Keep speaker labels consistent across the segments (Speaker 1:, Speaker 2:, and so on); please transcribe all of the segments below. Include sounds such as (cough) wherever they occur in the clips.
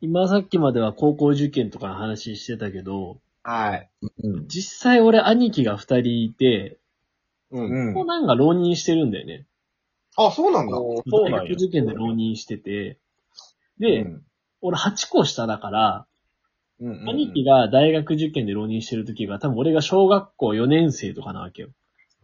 Speaker 1: 今さっきまでは高校受験とかの話してたけど、
Speaker 2: はい。
Speaker 3: うん。
Speaker 1: 実際俺兄貴が二人いて、
Speaker 2: うん。
Speaker 3: うん
Speaker 1: 長。男が浪人してるんだよね。
Speaker 2: あ、そうなんだ。
Speaker 3: そうな
Speaker 1: 大
Speaker 3: んや
Speaker 1: 学受験で浪人してて、で、
Speaker 3: うん
Speaker 1: 俺8個下だから、
Speaker 3: うんうん
Speaker 1: 兄貴が大学受験で浪人してる時が多分俺が小学校4年生とかなわけよ。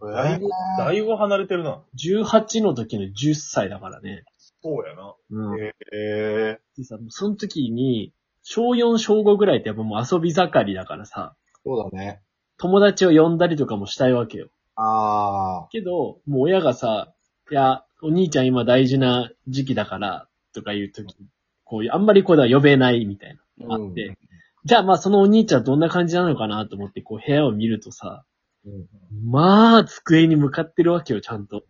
Speaker 3: だいぶ、だいぶ離れてるな。
Speaker 1: 18の時の10歳だからね。
Speaker 3: そうやな。
Speaker 1: うん。
Speaker 2: ええ
Speaker 1: でさ、もうその時に、小4、小5ぐらいってやっぱもう遊び盛りだからさ、
Speaker 2: そうだね。
Speaker 1: 友達を呼んだりとかもしたいわけよ。
Speaker 2: あ
Speaker 1: けど、もう親がさ、いや、お兄ちゃん今大事な時期だから、とかいう時、こういう、あんまりこうでは呼べないみたいな、あって、
Speaker 2: うん
Speaker 1: じゃあまあそのお兄ちゃんどんな感じなのかなと思って、こう部屋を見るとさ、
Speaker 2: うん
Speaker 1: まあ、机に向かってるわけよ、ちゃんと。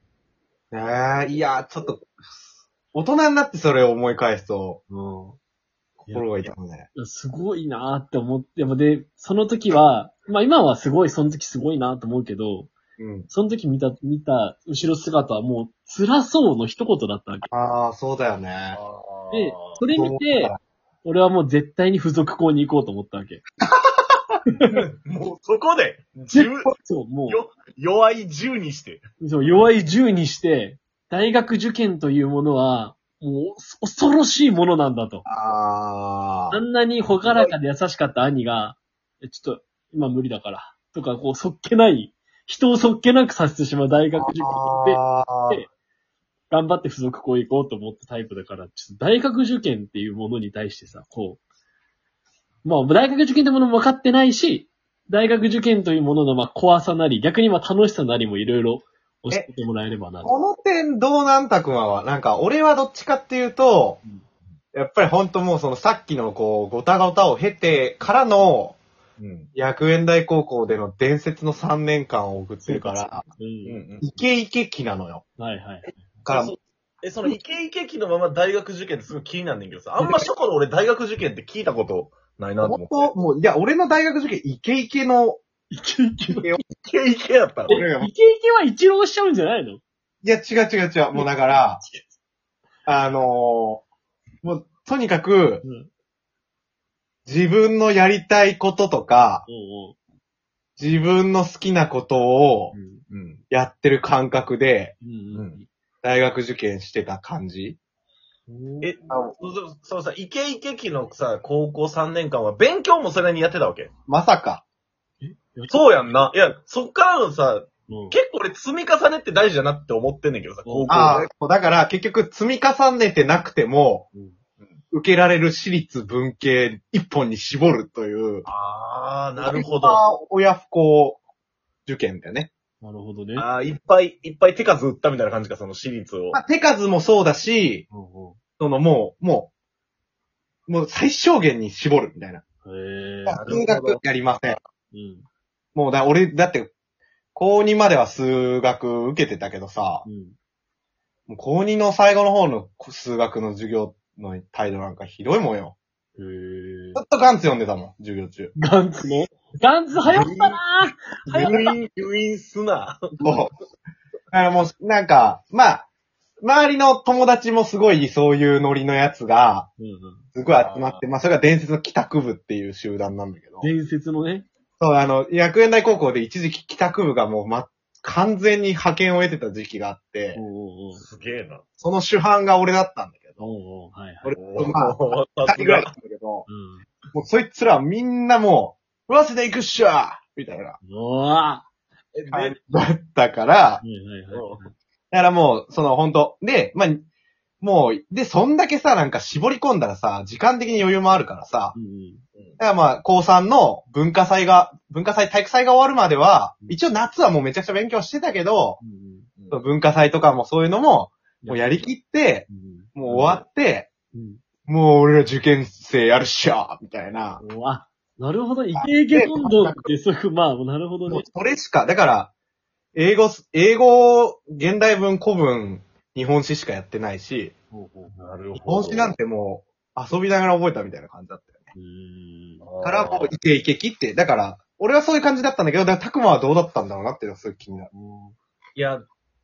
Speaker 2: あ。ええいや、ちょっと、大人になってそれを思い返すと、
Speaker 1: うん。
Speaker 2: 心が痛むね。
Speaker 1: いやすごいなーって思って、で、その時は、まあ今はすごい、その時すごいなーと思うけど、
Speaker 2: うん。
Speaker 1: その時見た、見た後ろ姿はもう辛そうの一言だったわけ。
Speaker 2: ああ、そうだよね。
Speaker 1: で
Speaker 3: で、
Speaker 1: それ見て、俺はもう絶対に付属校に行こうと思ったわけ。
Speaker 3: もうそこで、十、
Speaker 1: そう、も
Speaker 3: よ弱い十にして。
Speaker 1: う、そう弱い銃にして、大学受験というものは、もう、お恐ろしいものなんだと。
Speaker 2: ああ
Speaker 1: あ。んなにほがらかで優しかった兄が、えちょっと、今無理だから、とか、こう、そっけない、人をそっけなくさせてしまう大学受験で、
Speaker 2: あー
Speaker 1: 頑張って付属校行こうと思ったタイプだから、ちょっと大学受験っていうものに対してさ、こう、まあ、大学受験ってものも分かってないし、大学受験というもののまあ怖さなり、逆にまあ楽しさなりもいろいろ教えてもらえればなと。
Speaker 2: この点どうなんたくまは、なんか俺はどっちかっていうと
Speaker 1: うん、
Speaker 2: やっぱりほんともうそのさっきのこう、ごたごたを経てからの、
Speaker 3: うん。
Speaker 2: 薬園大高校での伝説の3年間を送ってるから、
Speaker 1: う
Speaker 3: うん
Speaker 1: ん。
Speaker 3: うん。
Speaker 2: イケイケ期なのよ。
Speaker 1: はいはい。
Speaker 2: から、
Speaker 3: そえ、そのイケイケ期のまま大学受験ってすごい気になんねんけどさ、あんま初頃俺大学受験って聞いたことないなと思
Speaker 2: 本
Speaker 3: って。
Speaker 2: 当もう、いや、俺の大学受験イケイケの、
Speaker 1: イケイケ。イケ
Speaker 3: イケイケやったの。
Speaker 2: 俺がい
Speaker 1: イケは一浪しちゃうんじゃないの
Speaker 2: や、違う違う違う。もうだから、あのーもう、とにかく、
Speaker 1: うん。
Speaker 2: 自分のやりたいこととか、
Speaker 1: おう
Speaker 2: 自分の好きなことを
Speaker 1: おう。うん。
Speaker 3: うん。
Speaker 2: やってる感覚で、
Speaker 1: うん
Speaker 2: 大学受験してた感じ
Speaker 1: うん。
Speaker 3: えそそそのさ、イケイケ期のさ、高校3年間は勉強もそれなりにやってたわけ。
Speaker 2: まさか。
Speaker 3: そうやんな。いや、そっからのさ、
Speaker 1: うん
Speaker 3: 結構俺積み重ねって大事だなって思ってんねんけどさ、高校
Speaker 2: あ
Speaker 3: で。
Speaker 2: あ、だから結局積み重ねてなくても、
Speaker 1: うん
Speaker 2: 受けられる私立文系一本に絞るという。
Speaker 3: あー、なるほど。あ
Speaker 2: まあ親不孝受験だよね。
Speaker 1: なるほどね。
Speaker 3: ー、いっぱいいっぱい手数打ったみたいな感じか、その私立を
Speaker 2: ま。あ、手数もそうだし、
Speaker 1: おう
Speaker 2: そのもう、もう、もう最小限に絞るみたいな。
Speaker 1: おうへえ。
Speaker 3: なるほ
Speaker 2: 数
Speaker 3: ど
Speaker 2: 学やりません。
Speaker 1: うん。
Speaker 2: もうだ、俺、だって、高2までは数学受けてたけどさ、
Speaker 1: うん。
Speaker 2: もう高2の最後の方の数学の授業の態度なんかひどいもんよ。
Speaker 1: へえ
Speaker 2: ず。っとガンツ読んでたもん、授業中。
Speaker 1: ガンツね。ガンツ流行ったなぁ流行
Speaker 3: 入院、入院すな。
Speaker 2: もう、だからもう、なんか、まあ、周りの友達もすごいそういうノリのやつが、
Speaker 1: うんうん
Speaker 2: すごい集まって、まあそれが伝説の帰宅部っていう集団なんだけど、
Speaker 1: 伝説のね。
Speaker 2: そう、あの、薬園大高校で一時期帰宅部がもうま、完全に派遣を得てた時期があって、
Speaker 1: おうおう
Speaker 3: すげえな。
Speaker 2: その主犯が俺だったんだけど、
Speaker 1: おうおうはいはい。
Speaker 2: 俺
Speaker 3: お
Speaker 2: とまあ、
Speaker 3: ー
Speaker 2: 二
Speaker 3: さ
Speaker 2: 人
Speaker 3: す
Speaker 2: ぐらい
Speaker 3: が
Speaker 2: だ。ったんだけど、
Speaker 1: うん。
Speaker 2: もうそいつらみんなもう、早稲田行くっしょーみたいな
Speaker 1: おわ
Speaker 3: えで
Speaker 2: 感じだったから
Speaker 1: は、いはいはい。
Speaker 2: だからもう、その、ほんと。で、まあ、もう、で、そんだけさ、なんか絞り込んだらさ、時間的に余裕もあるからさ、
Speaker 1: うんうん
Speaker 2: だからまあ、高3の文化祭が、文化祭、体育祭が終わるまでは
Speaker 1: う、ん
Speaker 2: 一応夏はもうめちゃくちゃ勉強してたけど、
Speaker 1: うん
Speaker 3: うん
Speaker 2: 文化祭とかもそういうのも、
Speaker 1: うん。
Speaker 2: もうやりきって、
Speaker 1: うん
Speaker 2: もう終わって、
Speaker 1: うん。
Speaker 2: もう俺ら受験生やるっしょみたいな。
Speaker 1: うんおあ、なるほど。イケイケどんどんって、そういう、まあ、なるほど
Speaker 2: もう
Speaker 1: ね。
Speaker 2: それしか、だから、英語す、英語、現代文、古文、日本史しかやってないし、
Speaker 1: おうおう
Speaker 3: なる
Speaker 2: 日本史なんてもう、遊びながら覚えたみたいな感じだったよ。
Speaker 1: うーん
Speaker 2: から、こう、イケイケ切って、だから、俺はそういう感じだったんだけど、だから、たくまはどうだったんだろうなっていうのがすごい気になる。
Speaker 1: おう
Speaker 3: いや、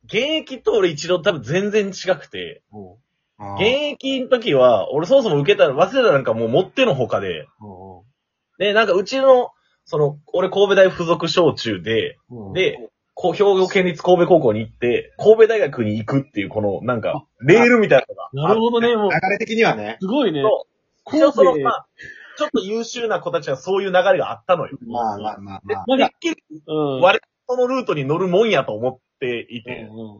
Speaker 3: 現役と俺一度多分全然違くて、
Speaker 1: おう
Speaker 2: うん
Speaker 3: 現役の時は、俺そもそも受けたら、早稲田なんかもう持ってのほかで、で、なんかうちの、その、俺神戸大附属小中で、
Speaker 1: うん、
Speaker 3: で、こう兵庫県立神戸高校に行って、神戸大学に行くっていう、この、なんか、レールみたいなのが。
Speaker 1: なるほどね、もう、
Speaker 2: 流れ的にはね。
Speaker 1: すごいね。
Speaker 3: そう
Speaker 1: 神
Speaker 3: 一応その、
Speaker 1: 戸
Speaker 3: まあ、ちょっと優秀な子たちはそういう流れがあったのよ。
Speaker 2: まあまあまあまあ。
Speaker 1: なん
Speaker 3: で
Speaker 1: か、
Speaker 3: きる
Speaker 1: うん。
Speaker 3: 割そのルートに乗るもんやと思っていて。
Speaker 1: うんう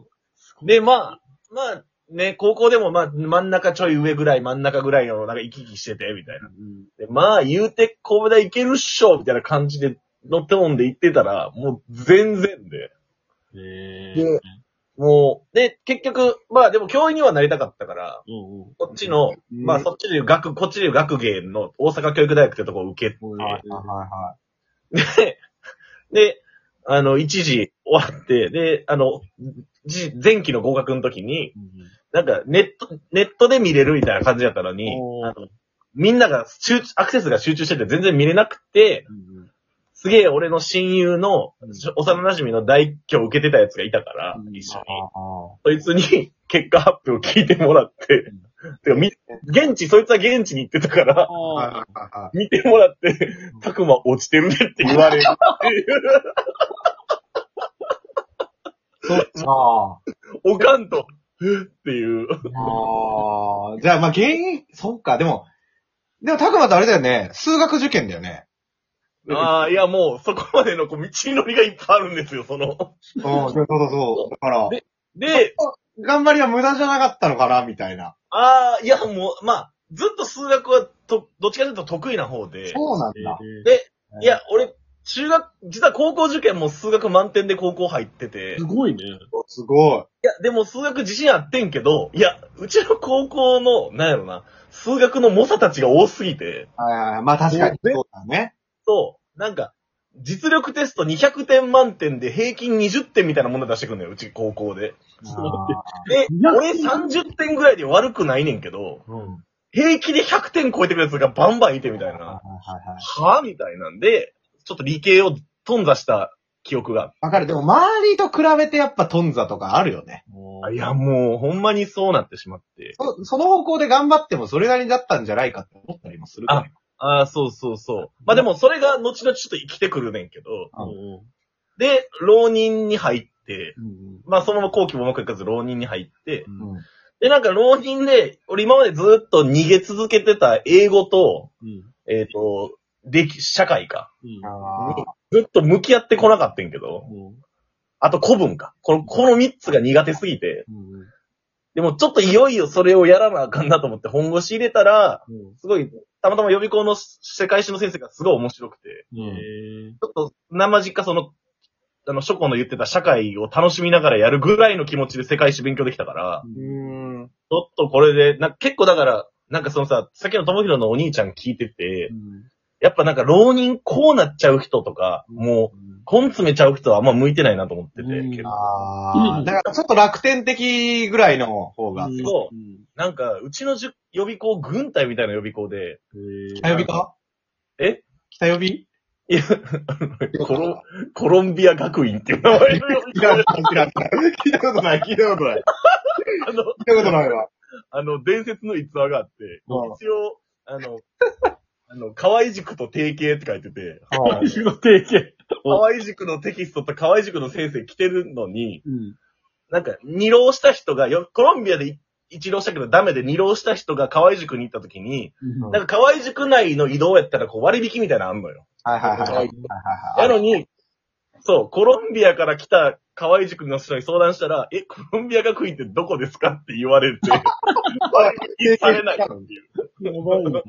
Speaker 1: ん
Speaker 3: で、まあ、まあ、ね、高校でもまあ、真ん中ちょい上ぐらい、真ん中ぐらいの、なんか行き来してて、みたいな。で、まあ、言うて神戸大行けるっしょみたいな感じで、乗ってもんで行ってたら、もう全然で。
Speaker 1: ねえ
Speaker 3: でもう、で、結局、まあでも教員にはなりたかったから、
Speaker 1: うんうん
Speaker 3: こっちの、まあそっちでいう学、こっちでいう学芸の大阪教育大学ってとこを受け
Speaker 1: うん
Speaker 2: はいはいは
Speaker 3: て、で、あの、一時終わって、で、あの、じ前期の合格の時に、なんかネット、ネットで見れるみたいな感じだったのに、
Speaker 1: おー
Speaker 3: あのみんなが集中、アクセスが集中してて全然見れなくて、すげえ俺の親友の、幼馴染の大挙を受けてたやつがいたから、
Speaker 1: うん
Speaker 3: 一緒
Speaker 2: い
Speaker 3: に。
Speaker 2: は
Speaker 3: そいつに (laughs) 結果発表を聞いてもらって、てかみ、現地、そいつは現地に行ってたから、
Speaker 2: い。は
Speaker 1: あ
Speaker 2: い
Speaker 1: ー
Speaker 2: はいはい。
Speaker 3: 見てもらって、たくま落ちてるねって言
Speaker 2: (laughs)
Speaker 3: われるっていう、
Speaker 2: そっか。
Speaker 3: おかんと、えっていう。
Speaker 2: ああ、じゃあ、まあ、原因、そっか、でも、でも、たくまってあれだよね、数学受験だよね。
Speaker 3: ああ、いやもう、そこまでのこう道のりがいっぱいあるんですよ、その。
Speaker 2: うん、そうそうそう。だから、
Speaker 3: でで、
Speaker 2: 頑張りは無駄じゃなかったのかな、みたいな。
Speaker 3: ああ、いやもう、まあ、ずっと数学はと、どっちかというと得意な方で、
Speaker 2: そうなんだ。
Speaker 1: え
Speaker 2: う
Speaker 3: いや、俺、中学、実は高校受験も数学満点で高校入ってて
Speaker 1: ーす、ごいね。
Speaker 2: すご
Speaker 3: い
Speaker 2: い。
Speaker 3: や、でも数学自信あってんけど、いや、うちの高校の、なんやろな、数学の猛者たちが多すぎて、
Speaker 2: はいはいはい。まあ、確かに。
Speaker 3: で
Speaker 2: そうだね。
Speaker 3: そう、なんか、実力テスト200点満点で平均20点みたいなもの出してくんのよ、うち高校で。
Speaker 1: ちょっと待っ
Speaker 3: で、
Speaker 1: 200
Speaker 3: 俺30点ぐらいで悪くないねんけど、
Speaker 2: うん。はい
Speaker 3: 平気で100点超えてくるやつがバンバンいてみたい
Speaker 2: は
Speaker 3: な。
Speaker 2: いはい。
Speaker 3: はぁみたいなんで、ちょっと理系を頓挫した記憶があって
Speaker 2: わかる。でも、周りと比べてやっぱ、トンザとかあるよね。
Speaker 1: て。
Speaker 3: あいや、もう、ほんまにそうなってしまって。
Speaker 2: そその方向で頑張っても、それなりだったんじゃないかって思ったりもするからね。
Speaker 3: ああ、そうそうそう。まあでも、それが後々ちょっと生きてくるねんけど。
Speaker 1: うんうん
Speaker 3: で、浪人に入って、
Speaker 1: うん
Speaker 3: まあそのまま後期もうまくいかず浪人に入って
Speaker 1: う、ん
Speaker 2: うん。
Speaker 3: で、なんか浪人で、俺今までずっと逃げ続けてた英語と、
Speaker 1: うん
Speaker 3: えっ、と、歴、社会か。
Speaker 1: うん
Speaker 2: あー
Speaker 3: ずっと向き合ってこなかったんけど、あと古文か。この、この三つが苦手すぎて、
Speaker 1: うんうん
Speaker 3: でもちょっといよいよそれをやらなあかんなと思って本腰入れたら、
Speaker 1: うん
Speaker 3: すごい、たまたま予備校の世界史の先生がすごい面白くて、
Speaker 1: へー
Speaker 3: ちょっと、生実家その、あの、諸子の言ってた社会を楽しみながらやるぐらいの気持ちで世界史勉強できたから、
Speaker 2: うーん。
Speaker 3: ちょっとこれで、な結構だから、なんかそのさ、さっきの友広のお兄ちゃん聞いてて
Speaker 1: う、ん
Speaker 3: やっぱなんか浪人こうなっちゃう人とか、もう、根詰めちゃう人はあんま向いてないなと思ってて、
Speaker 1: うん
Speaker 3: 結構
Speaker 2: あ
Speaker 1: う
Speaker 2: あ。
Speaker 1: ん
Speaker 2: だから、ちょっと楽天的ぐらいの方が。
Speaker 1: うん
Speaker 3: そ
Speaker 1: うん
Speaker 3: なんか、うちのじゅ予備校、軍隊みたいな予備校で、
Speaker 1: へ
Speaker 2: 北
Speaker 1: ー
Speaker 2: 呼びか
Speaker 3: え
Speaker 2: 北呼び
Speaker 3: いや、コロ、コロンビア学院っていう名前の予備
Speaker 2: い
Speaker 3: 校
Speaker 2: や、知らん聞いたことない、聞いたことない。聞い
Speaker 3: あの、
Speaker 2: たことないわ。
Speaker 3: あの、伝説の逸話があって、
Speaker 2: うん
Speaker 3: 一応、あの、 (laughs) あの、河合塾と提携って書いてて、
Speaker 2: はい
Speaker 1: 仕事経験。
Speaker 3: 河合塾のテキストと河合塾の先生来てるのに、
Speaker 1: うん
Speaker 3: なんか、二浪した人がよ、コロンビアでい一浪したけどダメで二浪した人が河合塾に行った時に、
Speaker 1: うん
Speaker 3: なんか河合塾内の移動やったらこう割引みたいなのあんのよ。
Speaker 2: はいはいはいはい。
Speaker 3: なのに、そう、コロンビアから来た河合塾の人に相談したら、え、コロンビア学院ってどこですかって言われて、割引されないっていう。
Speaker 1: やばいな。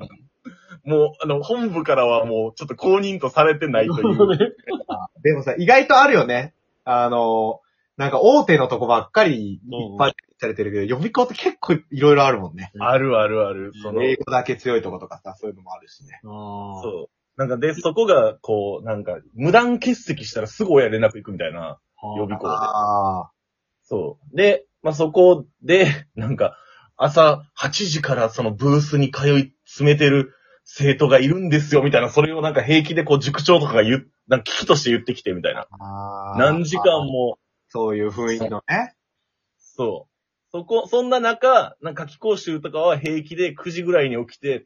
Speaker 3: もう、あの、本部からはもう、ちょっと公認とされてないとい
Speaker 1: なるほど
Speaker 3: う。
Speaker 1: ね
Speaker 2: (laughs) でもさ、意外とあるよね。あの、なんか大手のとこばっかりいっぱいされてるけど、予備校って結構いろいろあるもんね。
Speaker 3: あるあるある。その、
Speaker 2: 英語だけ強いとことかさ、そういうのもあるしね。
Speaker 1: あー
Speaker 3: そう。なんかで、そこが、こう、なんか、無断欠席したらすぐ親連絡行くみたいな。
Speaker 1: はあ
Speaker 3: 予備校
Speaker 2: ああ。
Speaker 3: そう。で、まあ、そこで、なんか、朝8時からそのブースに通い詰めてる生徒がいるんですよ、みたいな、それをなんか平気でこう、塾長とかが言う、なんか危機として言ってきて、みたいな。
Speaker 2: あー
Speaker 3: 何時間も、
Speaker 2: そういう雰囲気のね。
Speaker 3: そそこ、そんな中、なんか夏期講習とかは平気で9時ぐらいに起きて、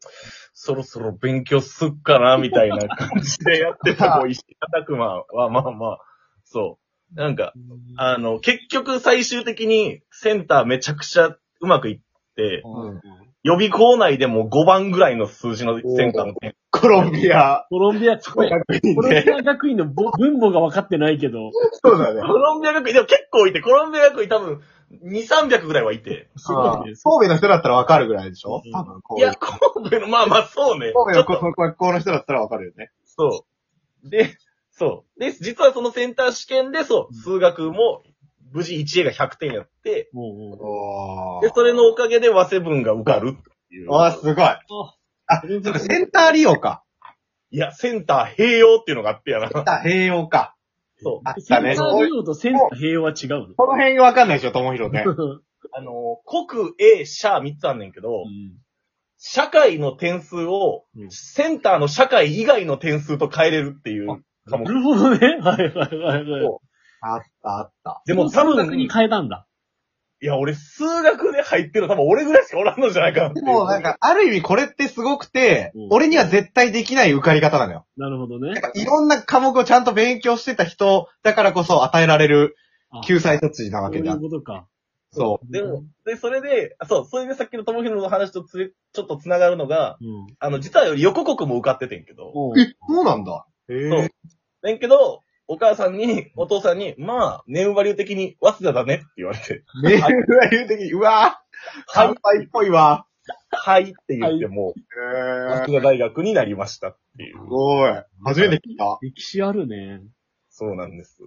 Speaker 3: そろそろ勉強すっかな、みたいな感じでやってた、もう石田くまは、まあまあ、そう。なんか、あの、結局最終的にセンターめちゃくちゃうまくいって、
Speaker 2: うん
Speaker 3: 予備校内でも5番ぐらいの数字のセンターの点
Speaker 2: コロンビア。
Speaker 1: コロンビア、コロン
Speaker 2: そう
Speaker 1: ビア学院のぼ分母が分かってないけど、
Speaker 2: だね
Speaker 3: コ。ロンビア学院、でも結構いて、コロンビア学院多分2、300ぐらいはいて。
Speaker 1: そうです。
Speaker 2: 神戸の人だったらわかるぐらいでしょ
Speaker 1: うん
Speaker 2: 多分、こう
Speaker 3: いや、神戸の、まあまあそうね。
Speaker 2: 神
Speaker 3: ちょっ
Speaker 2: 戸
Speaker 3: と
Speaker 2: の学校の人だったらわかるよね。
Speaker 3: そう。で、そう。で、実はそのセンター試験で、そう、数学も、無事 1A が100点やって、
Speaker 1: もうも
Speaker 2: お
Speaker 3: で、それのおかげで和成分が受かるっていう。
Speaker 2: わあ、すごい。あ、
Speaker 1: う。
Speaker 2: そうかセンター利用か。
Speaker 3: いや、センター併用っていうのがあってやな。
Speaker 2: センター併用か。
Speaker 3: そう。
Speaker 2: あっ
Speaker 1: セ
Speaker 2: た
Speaker 1: ンタ
Speaker 2: ね。
Speaker 1: ー利用とセンター平和は違う
Speaker 2: この辺わかんないでしょ、ともひろね。
Speaker 1: の。
Speaker 3: (laughs) あの、国、A、社3つあんねんけど、
Speaker 1: うん
Speaker 3: 社会の点数を
Speaker 1: う、ん
Speaker 3: センターの社会以外の点数と変えれるっていう科目
Speaker 1: な。るほどね。はいはいはいはい
Speaker 3: そ。
Speaker 2: あった、あった。
Speaker 3: でも、
Speaker 1: 多
Speaker 3: 数
Speaker 1: 分
Speaker 3: 学に、い
Speaker 1: 変えたんだ。
Speaker 3: や、俺、数学で入ってるの多分俺ぐらいしかおらんのじゃないかなって
Speaker 2: で
Speaker 3: いう
Speaker 2: もなんか、ある意味これってすごくて
Speaker 1: うん、
Speaker 2: 俺には絶対できない受かり方なのよ。
Speaker 1: なるほどね
Speaker 2: なん。かいろんな科目をちゃんと勉強してた人だからこそ与えられる
Speaker 1: あ
Speaker 2: 救済措置なわ
Speaker 1: そう
Speaker 2: け
Speaker 1: い
Speaker 2: じゃ。
Speaker 1: うんことか。
Speaker 2: そ
Speaker 3: でも、で、それで、あそう、それでさっきのともひろの話とつれ、ちょっとつながるのが、
Speaker 1: うん。
Speaker 3: あの、実は横国も受かっててんけど、
Speaker 1: おう
Speaker 2: う。え、そう (laughs) なんだ。へ
Speaker 3: そう
Speaker 2: え。
Speaker 3: ねんけど、お母さんに、お父さんに、まあ、ネウバ流的に、早稲田だねって言われ (laughs) て、
Speaker 2: メールが言うてき、うわぁ、
Speaker 3: は
Speaker 2: 乾
Speaker 3: い、
Speaker 2: 杯っぽいわ。
Speaker 3: はいって言っても
Speaker 2: へ
Speaker 3: う、
Speaker 2: え。
Speaker 3: 早稲田大学になりましたっていう
Speaker 2: す。ごい。初めて聞いた。
Speaker 1: 歴史あるね。
Speaker 3: そうなんです。